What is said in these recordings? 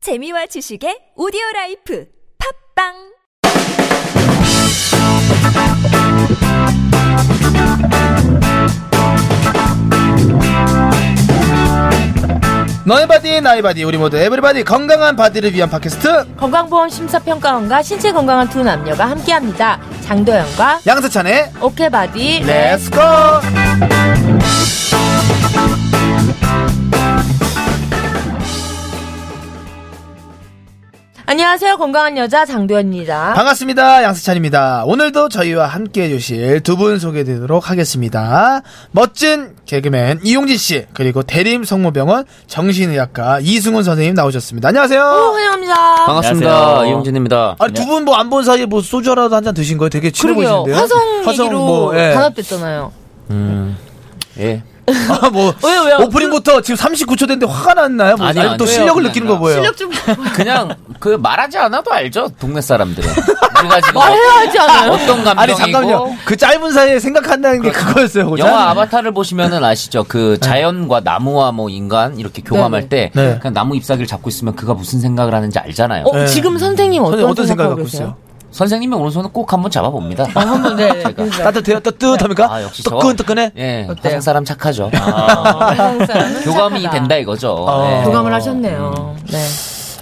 재미와 지식의 오디오 라이프 팝빵 너의 바디 나의 바디 우리 모두 에브리바디 건강한 바디를 위한 팟캐스트 건강보험 심사평가원과 신체 건강한 두 남녀가 함께합니다. 장도연과 양세찬의 오케바디 네. 렛츠고 안녕하세요. 건강한 여자 장도연입니다. 반갑습니다 양세찬입니다 오늘도 저희와 함께해 주실 두 분 소개드리도록 하겠습니다 멋진 개그맨 이용진 씨 그리고 대림 성모병원 정신의학과 이승훈 선생님 나오셨습니다 오, 안녕하세요 환영합니다. 반갑습니다. 이용진입니다. 아니 두 분 뭐 안 본 사이에 뭐 소주라도 한 잔 드신 거예요 되게 친해 그러게요. 보이시는데요 화성 얘기로 예. 단합됐잖아요. 예. 아, 뭐 왜요, 왜요? 오프닝부터 지금 39초 됐는데 화가 났나요 뭐, 아니요, 아니, 또 안 돼요. 실력을 그냥 느끼는 나- 거 보여요 실력 좀 그냥 그 말하지 않아도 알죠. 동네 사람들은. 우리가 지금 뭐 아, 말해야 하지 않아요? 어떤 감정이고 아니 잠깐만요. 그 짧은 사이에 생각한다는 게 그거였어요. 그죠? 영화 아바타를 보시면은 아시죠? 그 자연과 나무와 뭐 인간 이렇게 교감할 때 네. 그냥 나무 잎사귀를 잡고 있으면 그가 무슨 생각을 하는지 알잖아요. 어, 지금 선생님 어떤, 선생님 어떤 생각을 생각하고 갖고 계세요? 있어요? 선생님의 오른손은 꼭 한번 잡아봅니다. 한번 네. 그러니까. 따뜻해요? 따뜻합니까? 아 역시 저 뜨끈뜨끈해? 예, 어때요? 화성 사람 착하죠. 아, 화성 사람은 교감이 착하다. 된다 이거죠. 어. 예. 교감을 하셨네요. 네.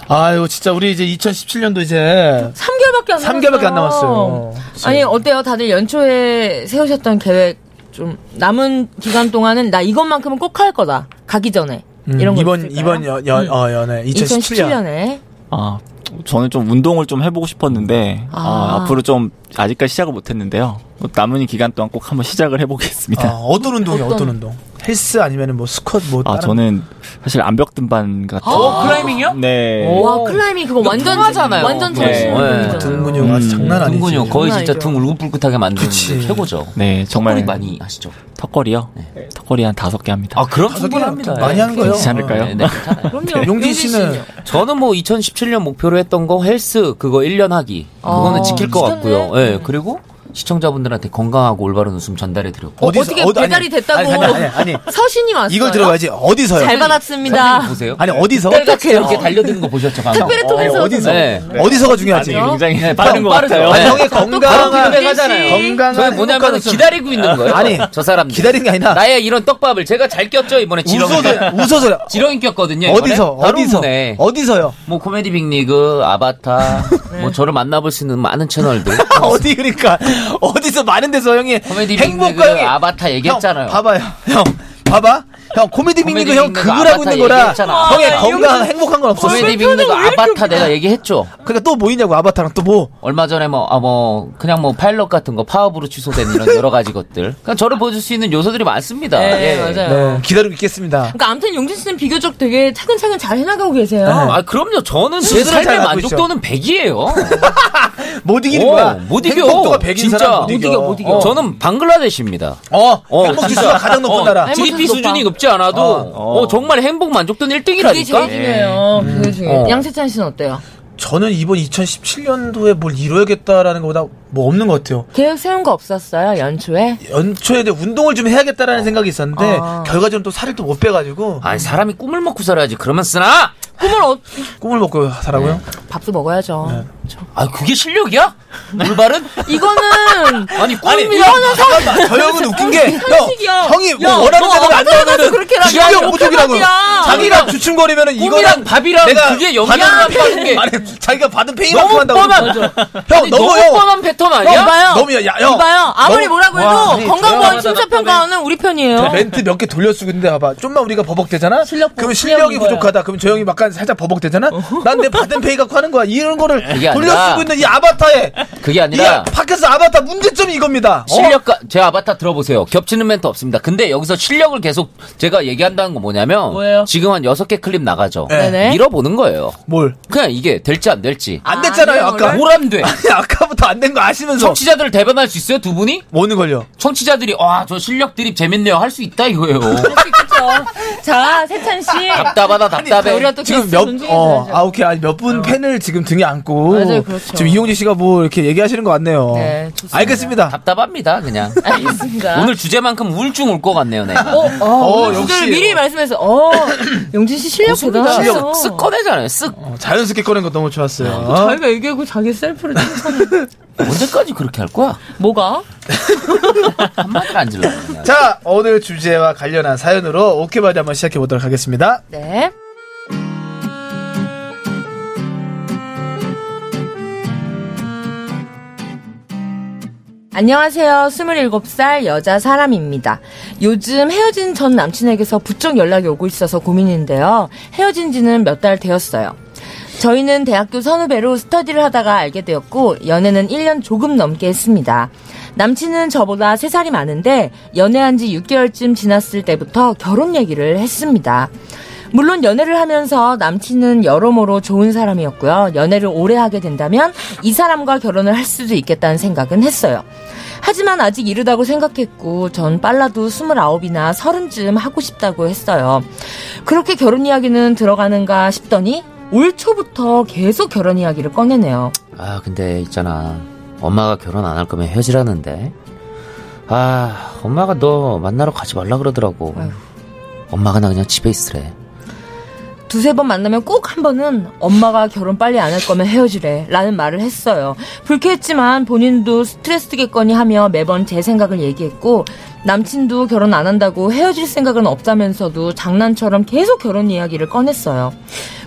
아유 진짜 우리 이제 2017년도 이제 3개월밖에 안 삼 개월밖에 안 남았어요. 아니 어때요? 다들 연초에 세우셨던 계획 좀 남은 기간 동안은 나 이것만큼은 꼭 할 거다. 가기 전에 음, 이런 거 이번 있을까요? 이번 연, 연, 어, 연애 2017년. 2017년에 아, 저는 좀 운동을 좀 해보고 싶었는데 아. 아, 앞으로 좀 아직까지 시작을 못했는데요. 뭐 남은 기간 동안 꼭 한번 시작을 해보겠습니다. 아, 어떤 운동이요? 어떤 어떤 운동? 헬스 아니면은 뭐 스쿼트 뭐 아, 다른 저는 사실 암벽 등반 같은. 어, 클라이밍이요? 네. 와 클라이밍 그거 완전 통하잖아요. 완전 네. 전신 네. 운동이잖아요. 등근육 아 음, 장난 아니지. 등근육 거의 진짜 장난 아니죠. 등 울긋불긋하게 만드는 그치. 게 최고죠. 네, 정말 턱걸이 많이 하시죠. 턱걸이요. 턱걸이 한 다섯 개 합니다. 아 그럼 다섯 개 충분히 합니다. 많이 하는 거예요. 괜찮을까요? 네, 네, 괜찮아요. 그럼요. 용진 씨는 저는 뭐 2017년 목표로 했던 거 헬스 그거 1년 하기 아, 그거는 지킬 것 지켰네. 같고요. 예 그리고 시청자분들한테 건강하고 올바른 웃음 전달해 드렸고 어, 어떻게 배달이 됐다고. 아니, 아니, 아니, 아니. 서신이 왔어요. 이걸 들어야지 어디서요? 잘 받았습니다. 보세요. 아니 어디서? 딸같이 이렇게 달려드는 거 보셨죠? 방금? 택배를 통해서 어디서? 네. 어디서가 중요하지. 아니, 굉장히 빠른 빠른 것 같아요. 아니, 네. 형의 건강한 똑바로 가잖아요. 건강한 저는 뭐냐면 행복한 기다리고 있는 거예요. 아니, 저 사람들 기다리는 게 아니라 나의 이런 떡밥을 제가 잘 꼈죠 이번에 지렁이 웃어서 웃어서 지렁이 꼈거든요. 이번에. 어디서 바로 어디서 웃네. 어디서요? 뭐 코미디 빅리그 아바타 뭐 저를 만나볼 수 있는 많은 채널들 어디 그러니까 어디서 많은 데서 형이 코미디 행복 빅리그 형이 아바타 얘기했잖아요. 형, 봐봐요 형 봐봐 형 코미디 코미디 빅리그 형 빅리그 극을 하고 아바타 있는 거라 얘기했잖아. 형의 아, 건강 행복한 건 없어 코미디 빅리그 아바타 내가 얘기했죠. 그러니까 또 뭐 있냐고 아바타랑 또 뭐 얼마 전에 뭐, 아, 뭐, 그냥 뭐 파일럿 같은 거, 파업으로 취소된 이런 여러 가지 것들. 그냥 저를 보여줄 수 있는 요소들이 많습니다. 네, 예. 맞아요. 네, 기다리고 있겠습니다 그러니까 아무튼 용진 씨는 비교적 되게 차근차근 잘 해나가고 계세요. 네. 아, 그럼요. 저는 제 스스로 잘 삶의 갖고 어. 만족도는 100이에요. 못 이기는 오, 거야 못 이겨. 행복도가 100인 진짜. 사람 못 못 이겨 이겨, 못 이겨. 어, 저는 방글라데시입니다. 어, 어, 행복 진짜. 지수가 가장 높은 어, 나라 행복 GDP 지수 높아. 수준이 높지 않아도, 어. 어, 정말 행복 만족도는 그게 제일 그러니까? 1등이라니까? 중요해요. 음. 그게 중요해요. 어. 양세찬 씨는 어때요? 저는 이번 2017년도에 뭘 이뤄야겠다라는 것보다 뭐 없는 것 같아요 계획 세운 거 없었어요? 연초에? 예. 연초에 이제 운동을 좀 해야겠다라는 생각이 있었는데 아. 결과적으로 또 살을 또 못 빼가지고 어. 아니, 사람이 꿈을 먹고 살아야지. 그러면 쓰나? 꿈을 어, 꿈을 먹고 살라고요. 네. 밥도 먹어야죠. 네. 아, 그게 실력이야? 올바른? 이거는 어, 아니, 꿈이야. 아, 이거는 사- 잠깐만, 저 형은 웃긴 게 상식이야. 형, 형이 뭐 야, 원하는 너 대로 안 어디서 나오면은 그렇게 라디오 실력 하냐. 부족이라고. 큰일이야. 자기가 주춤거리면은 이거랑 꿈이랑 밥이랑 내가 그게 영향을 받은 받는 게 아니, 자기가 받은 페이만큼 너무 한다고. 뻔한, 형 아니, 너무 너무 형 뻔한 패턴 아니야? 이봐요. 너무 야, 야, 형. 이봐요. 아무리 너무- 뭐라고 와, 해도 아니, 네. 건강보험 대단하다, 심사평가원은 우리 저 편이에요. 멘트 몇 개 돌려쓰고 있는데 봐봐 좀만 우리가 버벅대잖아 실력 그럼 부- 실력이 실력인 거야. 부족하다 그럼 저 형이 약간 살짝 버벅대잖아 난 내 받은 페이 갖고 하는 거야 이런 거를 어. 그게 아니라- 돌려쓰고 있는 이 아바타에 그게 야, 아니라, 팟캐스트 아바타 문제점이 이겁니다. 어? 실력과 제 아바타 들어보세요. 겹치는 멘트 없습니다. 근데 여기서 실력을 계속 제가 얘기한다는 건 뭐냐면 뭐예요? 지금 한 여섯 개 클립 나가죠. 네. 네네. 밀어보는 거예요. 뭘? 그냥 이게 될지 안 될지. 안 됐잖아요, 아, 아까. 내용을? 뭘안 돼. 아니, 아까부터 안 된 거 아시면서. 청취자들을 대변할 수 있어요 두 분이? 뭐는 걸요? 청취자들이 와 저 실력 드립 재밌네요 할 수 있다 이거예요. 알았어. 자, 세찬 씨. 답답하다 답답해. 우리가 또 아, 지금 지금 몇, 어, 존중해줘야죠. 아, 오케이. 아니, 몇 분 팬을 지금 등에 안고. 맞아요, 그렇죠. 지금 이용진 씨가 뭐 이렇게 얘기하시는 것 같네요. 네, 좋습니다. 알겠습니다. 답답합니다 그냥. 아, 알겠습니다. 오늘 주제만큼 우울증 올 것 같네요 내가. 어, 어, 오늘 역시. 주제를 미리 말씀해서 어, 용진 씨 실력 좋습니다. 대단하네요. 실력 쓱 꺼내잖아요. 쓱 어, 자연스럽게 꺼낸 거 너무 좋았어요. 네, 자기가 얘기하고 자기 셀프를 칭찬해. 언제까지 그렇게 할 거야? 뭐가? 한마디를 안 질러. 그냥. 자, 오늘 주제와 관련한 사연으로 오케바디 한번 시작해 보도록 하겠습니다. 네. 안녕하세요. 27살 여자 사람입니다. 요즘 헤어진 전 남친에게서 부쩍 연락이 오고 있어서 고민인데요. 헤어진 지는 몇 달 되었어요. 저희는 대학교 선후배로 스터디를 하다가 알게 되었고, 연애는 1년 조금 넘게 했습니다. 남친은 저보다 3살이 많은데, 연애한 지 6개월쯤 지났을 때부터 결혼 얘기를 했습니다. 물론 연애를 하면서 남친은 여러모로 좋은 사람이었고요. 연애를 오래 하게 된다면 이 사람과 결혼을 할 수도 있겠다는 생각은 했어요. 하지만 아직 이르다고 생각했고 전 빨라도 29이나 30쯤 하고 싶다고 했어요. 그렇게 결혼 이야기는 들어가는가 싶더니 올 초부터 계속 결혼 이야기를 꺼내네요. 아 근데 있잖아 엄마가 결혼 안 할 거면 헤어지라는데 아 엄마가 너 만나러 가지 말라 그러더라고 아휴. 엄마가 나 그냥 집에 있으래 두세 번 만나면 꼭 한 번은 엄마가 결혼 빨리 안 할 거면 헤어지래 라는 말을 했어요. 불쾌했지만 본인도 스트레스겠거니 하며 매번 제 생각을 얘기했고 남친도 결혼 안 한다고 헤어질 생각은 없다면서도 장난처럼 계속 결혼 이야기를 꺼냈어요.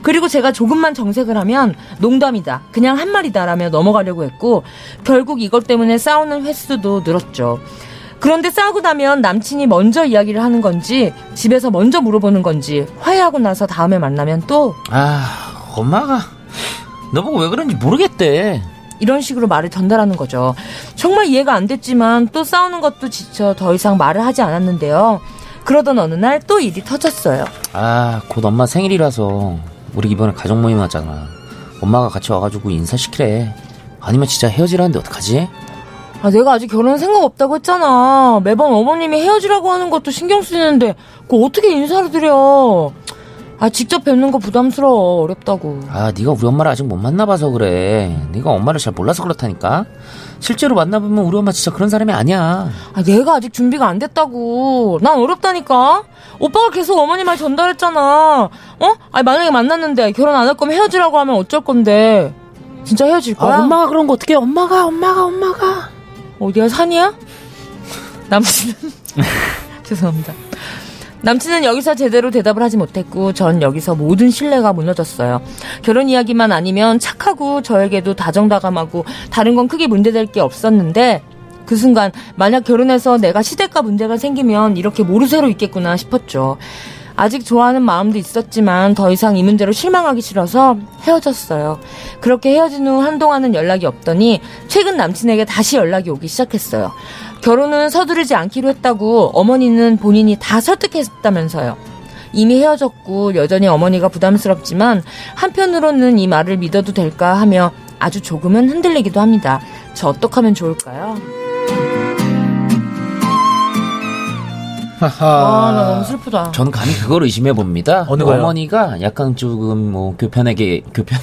그리고 제가 조금만 정색을 하면 농담이다. 그냥 한 말이다라며 넘어가려고 했고 결국 이것 때문에 싸우는 횟수도 늘었죠. 그런데 싸우고 나면 남친이 먼저 이야기를 하는 건지 집에서 먼저 물어보는 건지 화해하고 나서 다음에 만나면 또 아 엄마가 너보고 왜 그런지 모르겠대 이런 식으로 말을 전달하는 거죠. 정말 이해가 안 됐지만 또 싸우는 것도 지쳐 더 이상 말을 하지 않았는데요. 그러던 어느 날 또 일이 터졌어요. 아 곧 엄마 생일이라서 우리 이번에 가족 모임 하잖아 엄마가 같이 와가지고 인사시키래 아니면 진짜 헤어지라는데 어떡하지? 아, 내가 아직 결혼 생각 없다고 했잖아. 매번 어머님이 헤어지라고 하는 것도 신경 쓰이는데 그거 어떻게 인사를 드려? 아, 직접 뵙는 거 부담스러워. 어렵다고. 아, 네가 우리 엄마를 아직 못 만나봐서 그래. 네가 엄마를 잘 몰라서 그렇다니까. 실제로 만나보면 우리 엄마 진짜 그런 사람이 아니야. 아, 얘가 아직 준비가 안 됐다고. 난 어렵다니까. 오빠가 계속 어머니 말 전달했잖아. 어? 아니, 만약에 만났는데 결혼 안 할 거면 헤어지라고 하면 어쩔 건데. 진짜 헤어질 거야? 아, 그런 거 어떻게 엄마가 엄마가 엄마가 어디야 산이야? 남친은 죄송합니다. 남친은 여기서 제대로 대답을 하지 못했고 전 여기서 모든 신뢰가 무너졌어요. 결혼 이야기만 아니면 착하고 저에게도 다정다감하고 다른 건 크게 문제될 게 없었는데 그 순간 만약 결혼해서 내가 시댁과 문제가 생기면 이렇게 모르쇠로 있겠구나 싶었죠. 아직 좋아하는 마음도 있었지만 더 이상 이 문제로 실망하기 싫어서 헤어졌어요. 그렇게 헤어진 후 한동안은 연락이 없더니 최근 남친에게 다시 연락이 오기 시작했어요. 결혼은 서두르지 않기로 했다고 어머니는 본인이 다 설득했다면서요. 이미 헤어졌고 여전히 어머니가 부담스럽지만 한편으로는 이 말을 믿어도 될까 하며 아주 조금은 흔들리기도 합니다. 저 어떡하면 좋을까요? 하하. 아, 나 너무 슬프다. 전 감히 그걸 의심해 봅니다. 어느 거요? 어머니가 약간 조금 뭐 교편에게 교편을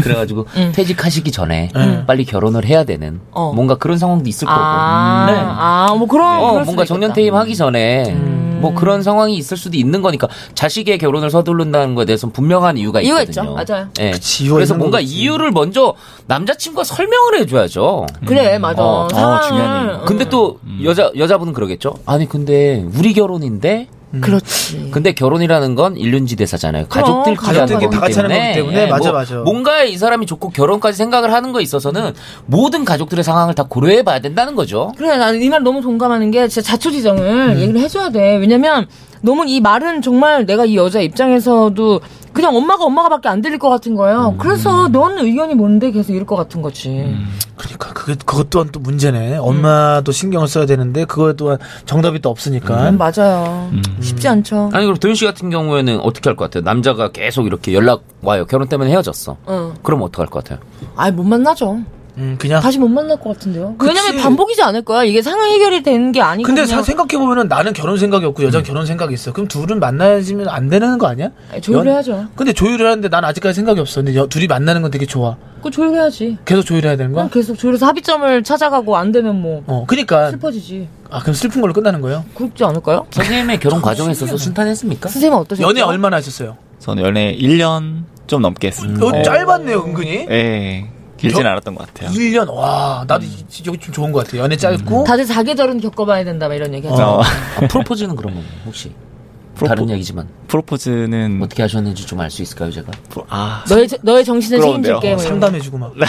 그래가지고 음. 퇴직하시기 전에 음. 빨리 결혼을 해야 되는 어. 뭔가 그런 상황도 있을 아, 거고. 아, 뭐 그런 그럴 어, 수도 음. 뭔가 정년퇴임 하기 전에 뭐 그런 상황이 있을 수도 있는 거니까 자식의 결혼을 서두른다는 거에 대해서는 분명한 이유가 이유가 있거든요. 있죠. 맞아요. 예. 그치, 이유가 그래서 있는 뭔가 거겠지. 이유를 먼저 남자친구가 설명을 해줘야죠. 그래 맞아 어, 어, 중요한 상황을 얘기. 근데 또 여자 여자분은 그러겠죠. 아니 근데 우리 결혼인데 예. 음. 그렇지 근데 결혼이라는 건 일륜지대사잖아요. 가족들끼리 하는 가족들끼리 거기 다 같이 하는 때문에, 거기 때문에. 네, 예, 맞아, 뭐 맞아. 뭔가에 이 사람이 좋고 결혼까지 생각을 하는 거에 있어서는 모든 가족들의 상황을 다 고려해 봐야 된다는 거죠. 그래 나는 이 말 너무 동감하는 게 진짜 자초지정을 얘기를 해줘야 돼 왜냐면 너무 이 말은 정말 내가 이 여자 입장에서도 그냥 엄마가 엄마가밖에 안 들릴 것 같은 거예요 그래서 넌 의견이 뭔데 계속 이럴 것 같은 거지 그러니까 그게 그것 또한 또 문제네. 엄마도 신경을 써야 되는데 그거 또한 정답이 또 없으니까. 음, 맞아요 쉽지 않죠 음. 아니 그럼 도현 씨 같은 경우에는 어떻게 할 것 같아요? 남자가 계속 이렇게 연락 와요. 결혼 때문에 헤어졌어. 응. 그럼 어떡할 것 같아요? 아이 못 만나죠 음, 그냥. 다시 못 만날 것 같은데요. 그치. 왜냐면 반복이지 않을 거야. 이게 상황 해결이 되는 게 아니고. 근데 그냥 사- 생각해보면은 나는 결혼 생각이 없고 음. 여자는 결혼 생각이 있어. 그럼 둘은 만나지면 안 되는 거 아니야? 아니, 조율을 연- 해야죠. 근데 조율을 하는데 난 아직까지 생각이 없어. 근데 여- 둘이 만나는 건 되게 좋아. 그거 조율해야지. 계속 조율해야 되는 그냥 거야? 계속 조율해서 합의점을 찾아가고 안 되면 뭐 어, 그니까. 슬퍼지지. 아, 그럼 슬픈 걸로 끝나는 거예요? 그렇지 않을까요? 선생님의 결혼 과정에 있어서 순탄했습니까? 선생님 어떠세요? 연애 얼마나 하셨어요? 저는 연애 1년 좀 넘게 했습니다. 음. 어, 짧았네요, 은근히. 예. 길진 겨- 않았던 것 같아요. 1년, 와, 나도 음. 이- 여기 좀 좋은 것 같아. 연애 짧고. 다들 사계절은 겪어봐야 된다 막 이런 얘기 하죠. 어, 아, 프로포즈는 그러면 혹시 프로포- 다른 얘기지만 뭐, 프로포즈는 어떻게 하셨는지 좀 알 수 있을까요, 제가? 프로- 아 너의 저- 너의 정신을 부끄러운데요. 책임질게. 뭐 이런 거. 상담해주고 막. 네.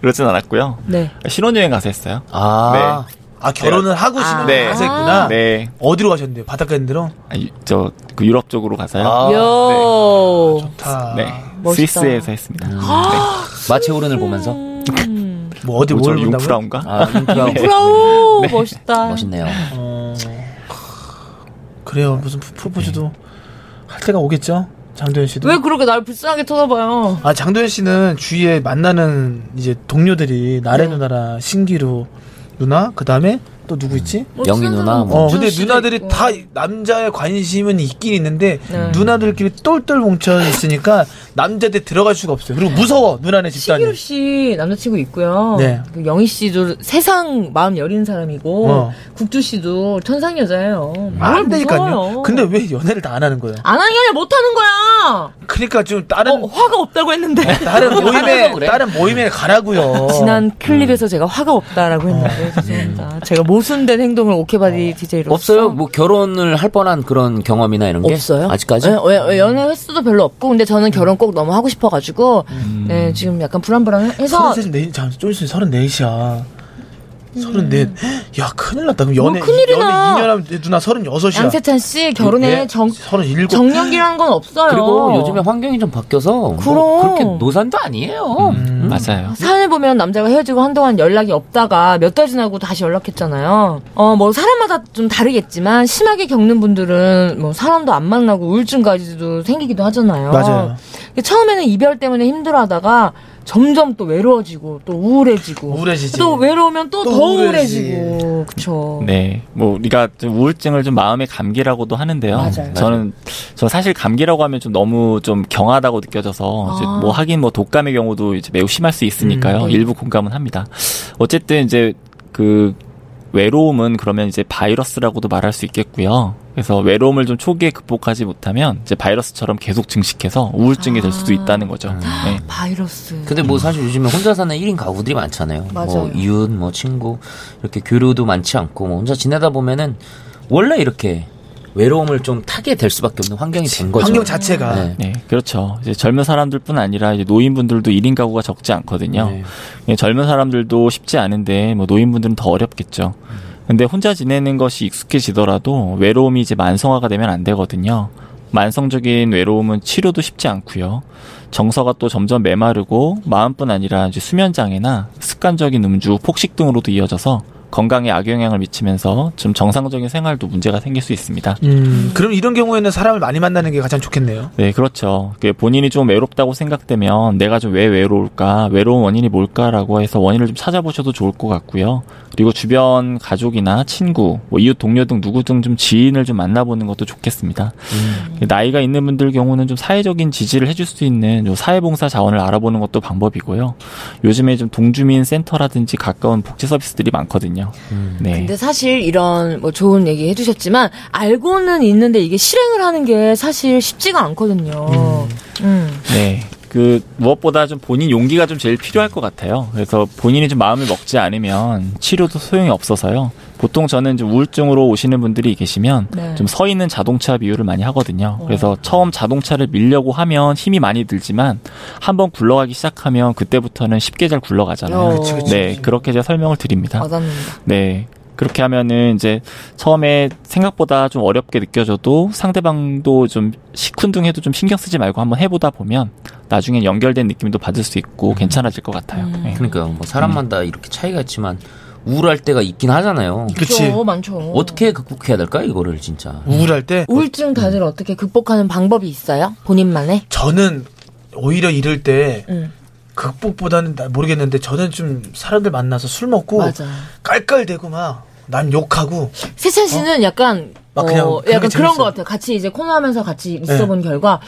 그러진 않았고요. 네. 신혼여행 가서 했어요. 아, 아, 결혼을 하고 싶은 네. 가서 했구나. 네. 어디로 가셨는데요? 바닷가 있는데로? 아니, 저그 유럽 쪽으로 가서요. 아, 네. 요. 다. 아, 네. 아, 멋있다. 아, 스위스에서 했습니다. 마체 오른을 보면서 음. 뭐 어디 뭘 뭐죠? 본다고? 융프라운가? 아, 인프라운 네. 부러워. 멋있다. 멋있네요. 어... 그래요. 무슨 프- 프로포즈도 할 때가 오겠죠? 장도연 씨도. 왜 그렇게 날 불쌍하게 쳐다봐요? 아, 장도연 씨는 주위에 만나는 이제 동료들이 나래 누나라 신기루 누나, 그 다음에 또 누구 있지? 영희 누나 뭐. 어, 문준 근데 씨도 누나들이 있고. 다 남자의 관심은 있긴 있는데 네. 누나들끼리 똘똘 뭉쳐 있으니까 남자들 들어갈 수가 없어요. 그리고 무서워 누나네 집단이. 신기루 씨 남자친구 있고요. 네. 그 영희 씨도 세상 마음 여린 사람이고 어. 국주 씨도 천상 여자예요. 뭘 아, 안 되니까요. 무서워요. 근데 왜 연애를 다 안 하는 거예요? 안 하는 게 아니라 못 하는 거야. 그러니까 좀 다른 어, 화가 없다고 했는데 다른 모임에 하려고 그래. 다른 모임에 어. 가라고요. 지난 클립에서 음. 제가 화가 없다라고 했는데 죄송합니다. 제가 모순된 행동을 오케바디 DJ로 없어요? 뭐 결혼을 할 뻔한 그런 경험이나 이런 게 없어요. 아직까지? 음. 예, 예, 예, 연애 횟수도 별로 없고 근데 저는 결혼 꼭 너무 하고 싶어가지고 네, 지금 약간 불안불안해서 서른 네, 잠, 좀 있으면 서른 네시야. 서른 넷. 야 큰일 났다. 그럼 연애 뭘 음. 뭐 큰일이나. 연애 2년 하면 누나 서른 여섯이야. 양세찬 씨 결혼에 예, 정 서른 일곱. 정년기란 건 없어요. 그리고 요즘에 환경이 좀 바뀌어서 그럼. 뭐 그렇게 노산도 아니에요. 음. 맞아요. 사연을 보면 남자가 헤어지고 한동안 연락이 없다가 몇 달 지나고 다시 연락했잖아요. 어, 뭐 사람마다 좀 다르겠지만 심하게 겪는 분들은 뭐 사람도 안 만나고 우울증까지도 생기기도 하잖아요. 맞아요. 근데 처음에는 이별 때문에 힘들어하다가 점점 또 외로워지고 또 우울해지고 우울해지지. 또 외로우면 또 또 더 우울해지지. 우울해지고 그쵸. 네, 뭐 우리가 좀 우울증을 좀 마음의 감기라고도 하는데요. 맞아요. 저는 저 사실 감기라고 하면 좀 너무 좀 경하다고 느껴져서 이제 아. 음. 뭐 하긴 뭐 독감의 경우도 이제 매우 심할 수 있으니까요. 일부 공감은 합니다. 어쨌든 이제 그 외로움은 그러면 이제 바이러스라고도 말할 수 있겠고요. 그래서 외로움을 좀 초기에 극복하지 못하면 이제 바이러스처럼 계속 증식해서 우울증이 될 수도 아. 있다는 거죠. 네. 바이러스. 근데 뭐 사실 요즘에 혼자 사는 1인 가구들이 많잖아요. 맞아요. 뭐 이웃, 뭐 친구 이렇게 교류도 많지 않고 뭐 혼자 지내다 보면은 원래 이렇게 외로움을 좀 타게 될 수밖에 없는 환경이 된 거죠. 환경 자체가 네. 네, 그렇죠. 이제 젊은 사람들뿐 아니라 이제 노인분들도 1인 가구가 적지 않거든요. 네. 예, 젊은 사람들도 쉽지 않은데 뭐 노인분들은 더 어렵겠죠. 근데 혼자 지내는 것이 익숙해지더라도 외로움이 이제 만성화가 되면 안 되거든요. 만성적인 외로움은 치료도 쉽지 않고요. 정서가 또 점점 메마르고 마음뿐 아니라 이제 수면 장애나 습관적인 음주, 폭식 등으로도 이어져서 건강에 악영향을 미치면서 좀 정상적인 생활도 문제가 생길 수 있습니다. 음, 그럼 이런 경우에는 사람을 많이 만나는 게 가장 좋겠네요. 네, 그렇죠. 그 본인이 좀 외롭다고 생각되면 내가 좀 왜 외로울까, 외로운 원인이 뭘까라고 해서 원인을 좀 찾아보셔도 좋을 것 같고요. 그리고 주변 가족이나 친구, 뭐 이웃 동료 등 누구 등 좀 지인을 좀 만나보는 것도 좋겠습니다. 음. 그 나이가 있는 분들 경우는 좀 사회적인 지지를 해줄 수 있는 요 사회봉사 자원을 알아보는 것도 방법이고요. 요즘에 좀 동주민 센터라든지 가까운 복지 서비스들이 많거든요. 네. 근데 사실 이런 뭐 좋은 얘기 해주셨지만 알고는 있는데 이게 실행을 하는 게 사실 쉽지가 않거든요. 음. 네. 그 무엇보다 좀 본인 용기가 좀 제일 필요할 것 같아요. 그래서 본인이 좀 마음을 먹지 않으면 치료도 소용이 없어서요. 보통 저는 좀 우울증으로 오시는 분들이 계시면 네. 어. 좀 서 있는 자동차 비유를 많이 하거든요. 그래서 처음 자동차를 밀려고 하면 힘이 많이 들지만 한번 굴러가기 시작하면 그때부터는 쉽게 잘 굴러가잖아요. 어. 그치, 그치, 네, 그렇게 제가 설명을 드립니다. 와닿는다. 네. 그렇게 하면은 이제 처음에 생각보다 좀 어렵게 느껴져도 상대방도 좀 시큰둥해도 좀 신경 쓰지 말고 한번 해보다 보면 나중엔 연결된 느낌도 받을 음. 수 있고 괜찮아질 것 같아요. 네. 그러니까요. 뭐 사람마다 이렇게 차이가 있지만 우울할 때가 있긴 하잖아요. 음. 그치. 그쵸, 많죠. 어떻게 극복해야 될까 이거를 진짜. 우울할 때 우울증 다들 어떻게 극복하는 방법이 있어요? 본인만의? 저는 오히려 이럴 때 음. 극복보다는 나- 모르겠는데 저는 좀 사람들 만나서 술 먹고 맞아. 깔깔대고 막 난 욕하고 세찬 씨는 약간 막 어, 그냥 그런 약간 게 그런 재밌어요. 것 같아요. 같이 이제 코너하면서 같이 있어본 결과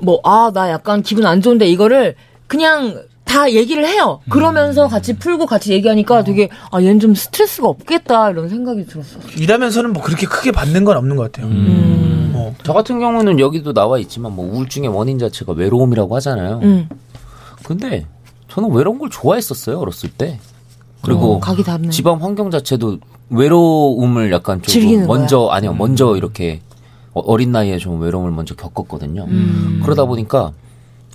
뭐 아 나 약간 기분 안 좋은데 이거를 그냥 다 얘기를 해요. 그러면서 같이 풀고 같이 얘기하니까 되게 아 얘는 좀 스트레스가 없겠다 이런 생각이 들었어. 일하면서는 뭐 그렇게 크게 받는 건 없는 것 같아요. 음. 어. 저 같은 경우는 여기도 나와 있지만 뭐 우울증의 원인 자체가 외로움이라고 하잖아요. 음. 근데 저는 외로운 걸 좋아했었어요 어렸을 때. 그리고 어, 각이 다르네. 집안 환경 자체도 외로움을 약간 조금 즐기는 거야? 음. 먼저 아니요 먼저 이렇게 어- 어린 나이에 좀 외로움을 먼저 겪었거든요. 음. 그러다 보니까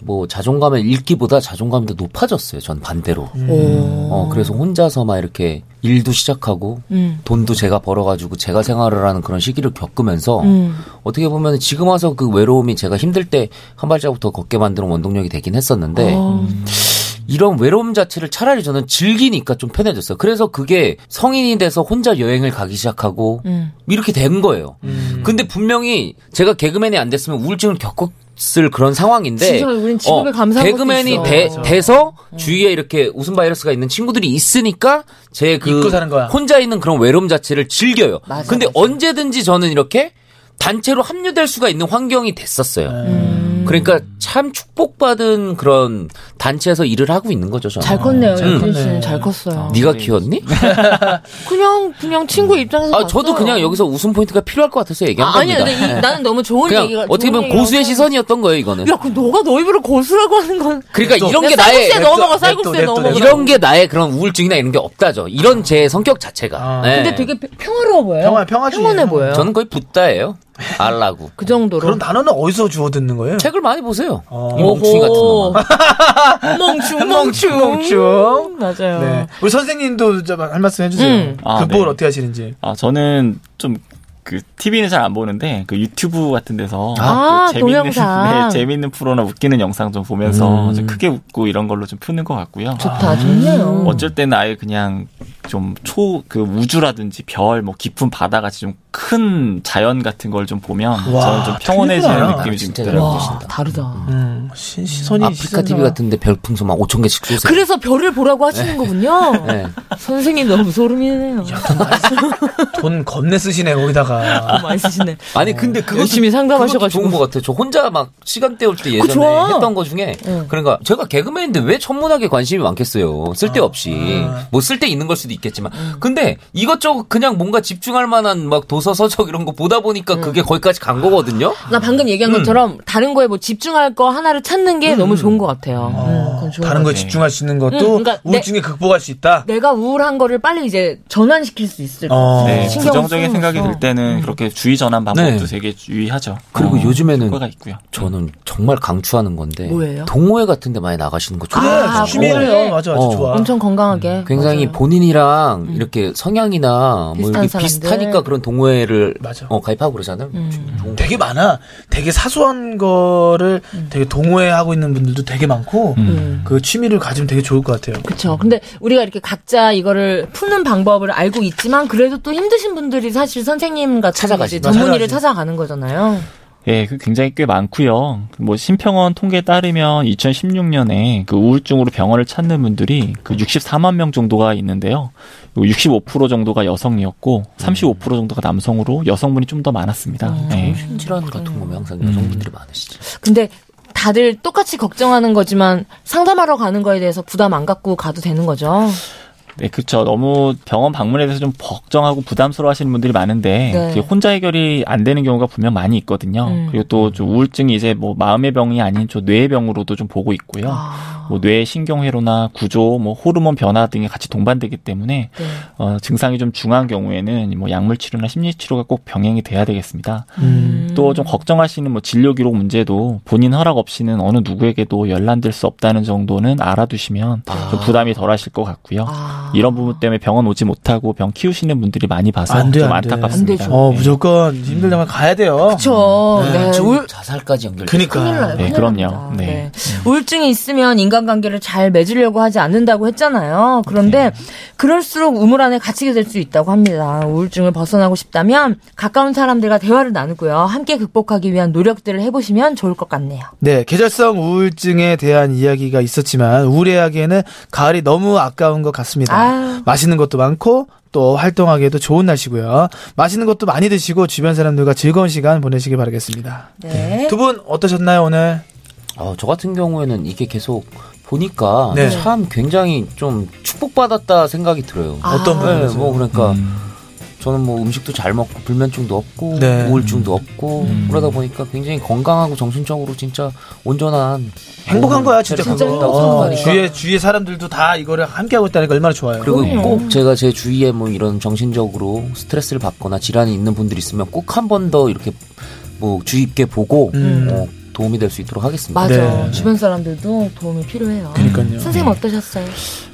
뭐 자존감을 잃기보다 자존감이 더 높아졌어요. 전 반대로. 오. 어, 그래서 혼자서 막 이렇게 일도 시작하고 음. 돈도 제가 벌어가지고 제가 생활을 하는 그런 시기를 겪으면서 음. 어떻게 보면 지금 와서 그 외로움이 제가 힘들 때 한 발자국 더 걷게 만드는 원동력이 되긴 했었는데 어. 이런 외로움 자체를 차라리 저는 즐기니까 좀 편해졌어요. 그래서 그게 성인이 돼서 혼자 여행을 가기 시작하고 음. 이렇게 된 거예요. 음. 근데 분명히 제가 개그맨이 안 됐으면 우울증을 겪었을 그런 상황인데 진짜 우린 직업에 감사한 것도 개그맨이 있어. 어. 돼, 맞아. 돼서 주위에 이렇게 웃음 바이러스가 있는 친구들이 있으니까 제 그 잊고 사는 거야. 혼자 있는 그런 외로움 자체를 즐겨요. 맞아, 근데 맞아. 언제든지 저는 이렇게 단체로 합류될 수가 있는 환경이 됐었어요. 네. 음. 그러니까 참 축복받은 그런 단체에서 일을 하고 있는 거죠. 저는. 잘 컸네요. 그 유진 컸네. 씨는 잘 컸어요. 네가 키웠니? 그냥 그냥 친구 입장에서 아 저도 봤어요. 그냥 여기서 웃음 포인트가 필요할 것 같아서 얘기한 아, 아니 겁니다. 근데 이, 나는 너무 좋은 그냥 얘기가 어떻게 좋은 보면 얘기라고 고수의 시선이었던 거예요, 이거는. 야, 그 너가 너 입으로 고수라고 하는 건 그러니까 또- 이런 게 야, 나의 쌀국수에 넘어가 쌀국수에 냅둬, 냅둬, 넘어가. 냅둬. 이런 게 나의 그런 우울증이나 이런 게 없다죠. 이런 제 성격 자체가. 아. 네. 근데 되게 평- 평화로워 보여요. 평화- 평화주의예요. 평온해 보여요. 저는 거의 붓다예요. 알라고. 그 정도로 그런 단어는 어디서 주워 듣는 거예요? 책을 많이 보세요. 어. 이 멍충이 같은 오호. 놈아. 멍충 멍충, 멍충 멍충. 맞아요. 네. 우리 선생님도 좀 한 말씀 해주세요. 음. 아, 극복을 네. 어떻게 하시는지. 아, 저는 좀 그 TV는 잘 안 보는데 그 유튜브 같은 데서 아, 그 동영상. 네, 재밌는 프로나 웃기는 영상 좀 보면서 좀 크게 웃고 이런 걸로 좀 푸는 것 같고요. 좋다 좋네요. 음. 어쩔 때는 아예 그냥 좀 초 그 우주라든지 별 뭐 깊은 바다 같이 좀 큰 자연 같은 걸 좀 보면 와, 저는 좀 틀리구나. 평온해지는 느낌이 좀 아, 진짜 들어요. 와 다르다. 음, 시, 시선이 아프리카 시선이 TV 나와. 같은데 별풍선 막 5천 개씩 쏘세요. 그래서 별을 보라고 하시는 거군요. 네. 선생님 너무 소름이네요. 돈 겁내 쓰시네 거기다가. 너무 많이 쓰시네. 아니 근데 그것도, 열심히 상담하셔가지고. 어, 그것도 좋은 것 같아요. 저 혼자 막 시간 때울 때 예전에 좋아. 했던 거 중에 그러니까 제가 개그맨인데 왜 천문학에 관심이 많겠어요. 아, 쓸데없이 뭐 쓸데 있는 걸 수도 있겠지만 근데 이것저것 그냥 뭔가 집중할 만한 막 도서 서적 이런 거 보다 보니까 그게 거기까지 간 거거든요. 나 방금 얘기한 것처럼 다른 거에 뭐 집중할 거 하나를 찾는 게 너무 좋은 것 같아요. 음, 그건 좋은 어, 다른 것 거에 같아요. 집중할 수 있는 것도 음, 그러니까 네. 내- 우울증에 극복할 수 있다. 내가 우울한 거를 빨리 이제 전환시킬 수 있을 것 어. 같아요. 네, 신경을 부정적인 쓰면서. 생각이 들 때는 그렇게 주의 전환 방법도 음. 네. 되게 유의하죠. 그리고 어, 요즘에는 효과가 있고요. 저는 정말 강추하는 건데 뭐예요? 동호회 같은 데 많이 나가시는 거 좋아요. 그래 아, 취미예요. 그래. 맞아, 맞아 어. 좋아. 엄청 건강하게. 음, 굉장히 맞아요. 음. 본인이랑 이렇게 성향이나 뭐 비슷한 이렇게 사람들. 비슷하니까 그런 동호회를 맞아. 어, 가입하고 그러잖아요. 음. 좋은 거. 되게 많아. 되게 사소한 거를 음. 되게 동호회하고 있는 분들도 되게 많고 그 취미를 가지면 되게 좋을 것 같아요. 그렇죠. 근데 우리가 이렇게 각자 이거를 푸는 방법을 알고 있지만 그래도 또 힘드신 분들이 사실 선생님 같은 찾아가시죠. 이제 전문의를 찾아가시죠. 찾아가는 거잖아요. 예, 그 굉장히 꽤 많고요. 뭐 심평원 통계에 따르면 2016년에 그 우울증으로 병원을 찾는 분들이 그 64만 명 정도가 있는데요. 65% 정도가 여성이었고 35% 정도가 남성으로 여성분이 좀 더 많았습니다. 음. 예. 질환 같은 거면 항상 여성분들이 많으시죠. 근데 다들 똑같이 걱정하는 거지만 상담하러 가는 거에 대해서 부담 안 갖고 가도 되는 거죠. 네, 그렇죠. 너무 병원 방문에 대해서 좀 걱정하고 부담스러워하시는 분들이 많은데 네. 그게 혼자 해결이 안 되는 경우가 분명 많이 있거든요. 음. 그리고 또 좀 우울증이 이제 뭐 마음의 병이 아닌 저 뇌의 병으로도 좀 보고 있고요. 아. 뭐 뇌의 신경 회로나 구조, 뭐 호르몬 변화 등이 같이 동반되기 때문에 네. 어, 증상이 좀 중한 경우에는 뭐 약물 치료나 심리 치료가 꼭 병행이 돼야 되겠습니다. 또 좀 걱정하시는 뭐 진료 기록 문제도 본인 허락 없이는 어느 누구에게도 열람될 수 없다는 정도는 알아두시면 좀 부담이 덜하실 것 같고요. 아. 이런 부분 때문에 병원 오지 못하고 병 키우시는 분들이 많이 봐서 안 돼, 좀 안 돼. 안타깝습니다. 안 되죠. 어, 네. 무조건 힘들다면 가야 돼요. 그러니까. 그렇죠. 음. 네. 우울증, 우울- 자살까지 연결. 큰일 나요. 아, 그니까. 네, 큰일 그럼요. 납니다. 네. 음. 우울증이 있으면 인간관계를 잘 맺으려고 하지 않는다고 했잖아요. 네. 그런데 그럴수록 우물 안에 갇히게 될 수 있다고 합니다. 우울증을 벗어나고 싶다면 가까운 사람들과 대화를 나누고요. 함께 극복하기 위한 노력들을 해보시면 좋을 것 같네요. 네, 계절성 우울증에 대한 이야기가 있었지만 우울해하기에는 가을이 너무 아까운 것 같습니다. 아유. 맛있는 것도 많고 또 활동하기에도 좋은 날씨고요. 맛있는 것도 많이 드시고 주변 사람들과 즐거운 시간 보내시길 바라겠습니다. 네. 두 분 어떠셨나요 오늘? 어, 저 같은 경우에는 이게 계속 보니까 네. 참 굉장히 좀 축복받았다 생각이 들어요. 아. 어떤 네, 분에서? 뭐 그러니까 음, 저는 뭐 음식도 잘 먹고 불면증도 없고 네. 우울증도 없고 그러다 보니까 굉장히 건강하고 정신적으로 진짜 온전한 행복한 거야 진짜 그래서 그거. 행복하다고 어, 생각하니까. 주위에 주위 사람들도 다 이거를 함께 하고 있다니까 얼마나 좋아요. 음. 그리고 꼭 제가 제 주위에 뭐 이런 정신적으로 스트레스를 받거나 질환이 있는 분들 있으면 꼭 한 번 더 이렇게 뭐 주의 깊게 보고 음. 어, 도움이 될 수 있도록 하겠습니다. 맞아. 네. 주변 사람들도 도움이 필요해요. 그러니까요. 선생님 어떠셨어요?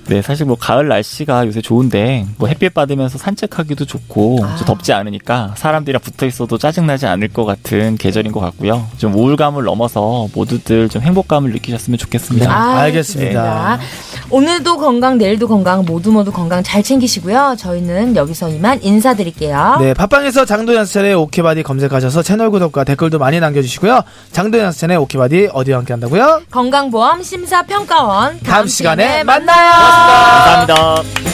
네, 사실 뭐 가을 날씨가 요새 좋은데 뭐 햇빛 받으면서 산책하기도 좋고 아. 좀 덥지 않으니까 사람들이랑 붙어 있어도 짜증나지 않을 것 같은 계절인 것 같고요. 좀 우울감을 넘어서 모두들 좀 행복감을 느끼셨으면 좋겠습니다. 아, 알겠습니다. 좋습니다. 오늘도 건강, 내일도 건강, 모두 모두 건강 잘 챙기시고요. 저희는 여기서 이만 인사드릴게요. 네, 팟빵에서 장도연 스찬의 오케바디 검색하셔서 채널 구독과 댓글도 많이 남겨주시고요. 장도연 스찬의 오케바디 어디와 함께 한다고요? 건강보험 심사평가원 다음 시간에 만나요. 감사합니다.